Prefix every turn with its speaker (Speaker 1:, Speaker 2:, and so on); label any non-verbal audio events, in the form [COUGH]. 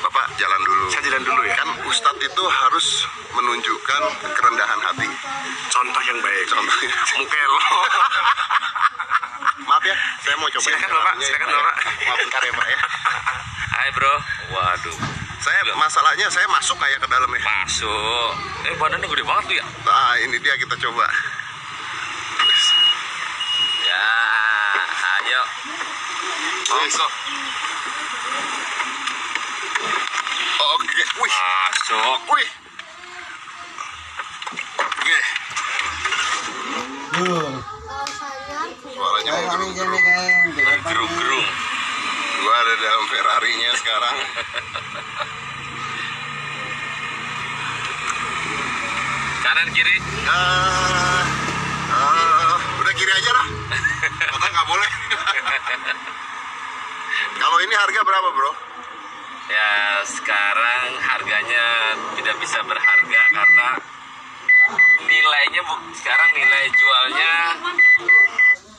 Speaker 1: Bapak jalan dulu.
Speaker 2: Saya jalan dulu ya.
Speaker 1: Kan Ustadz itu harus menunjukkan kerendahan hati.
Speaker 2: Contoh yang baik.
Speaker 1: Contoh.
Speaker 2: Mukel.
Speaker 1: [LAUGHS] Maaf ya, saya mau coba.
Speaker 2: Silakan,
Speaker 1: yang
Speaker 2: Bapak.
Speaker 1: jalannya ya,
Speaker 2: Silakan,
Speaker 1: Pak, ya.
Speaker 2: Bapak.
Speaker 1: [LAUGHS] Maaf bentar ya Pak ya.
Speaker 3: Hai bro. Waduh.
Speaker 1: [LAUGHS] Saya masalahnya saya masuk kayak ke dalam ya.
Speaker 3: Masuk. Eh badannya gede banget tuh ya.
Speaker 1: Nah, ini dia kita coba.
Speaker 3: Ya. Ayo. Monggo.
Speaker 1: Oke. Wih.
Speaker 3: Masuk.
Speaker 1: Wih. Oke. Suaranya mau gerung-gerung.
Speaker 3: Gerung-gerung.
Speaker 1: Gua ada dalam Ferrari-nya sekarang.
Speaker 3: Kanan kiri.
Speaker 1: Eh, eh, udah kiri aja [LAUGHS] lah. Kata nggak boleh. [LAUGHS] Kalau ini harga berapa bro?
Speaker 3: Ya sekarang harganya tidak bisa berharga karena nilainya bu sekarang nilai jualnya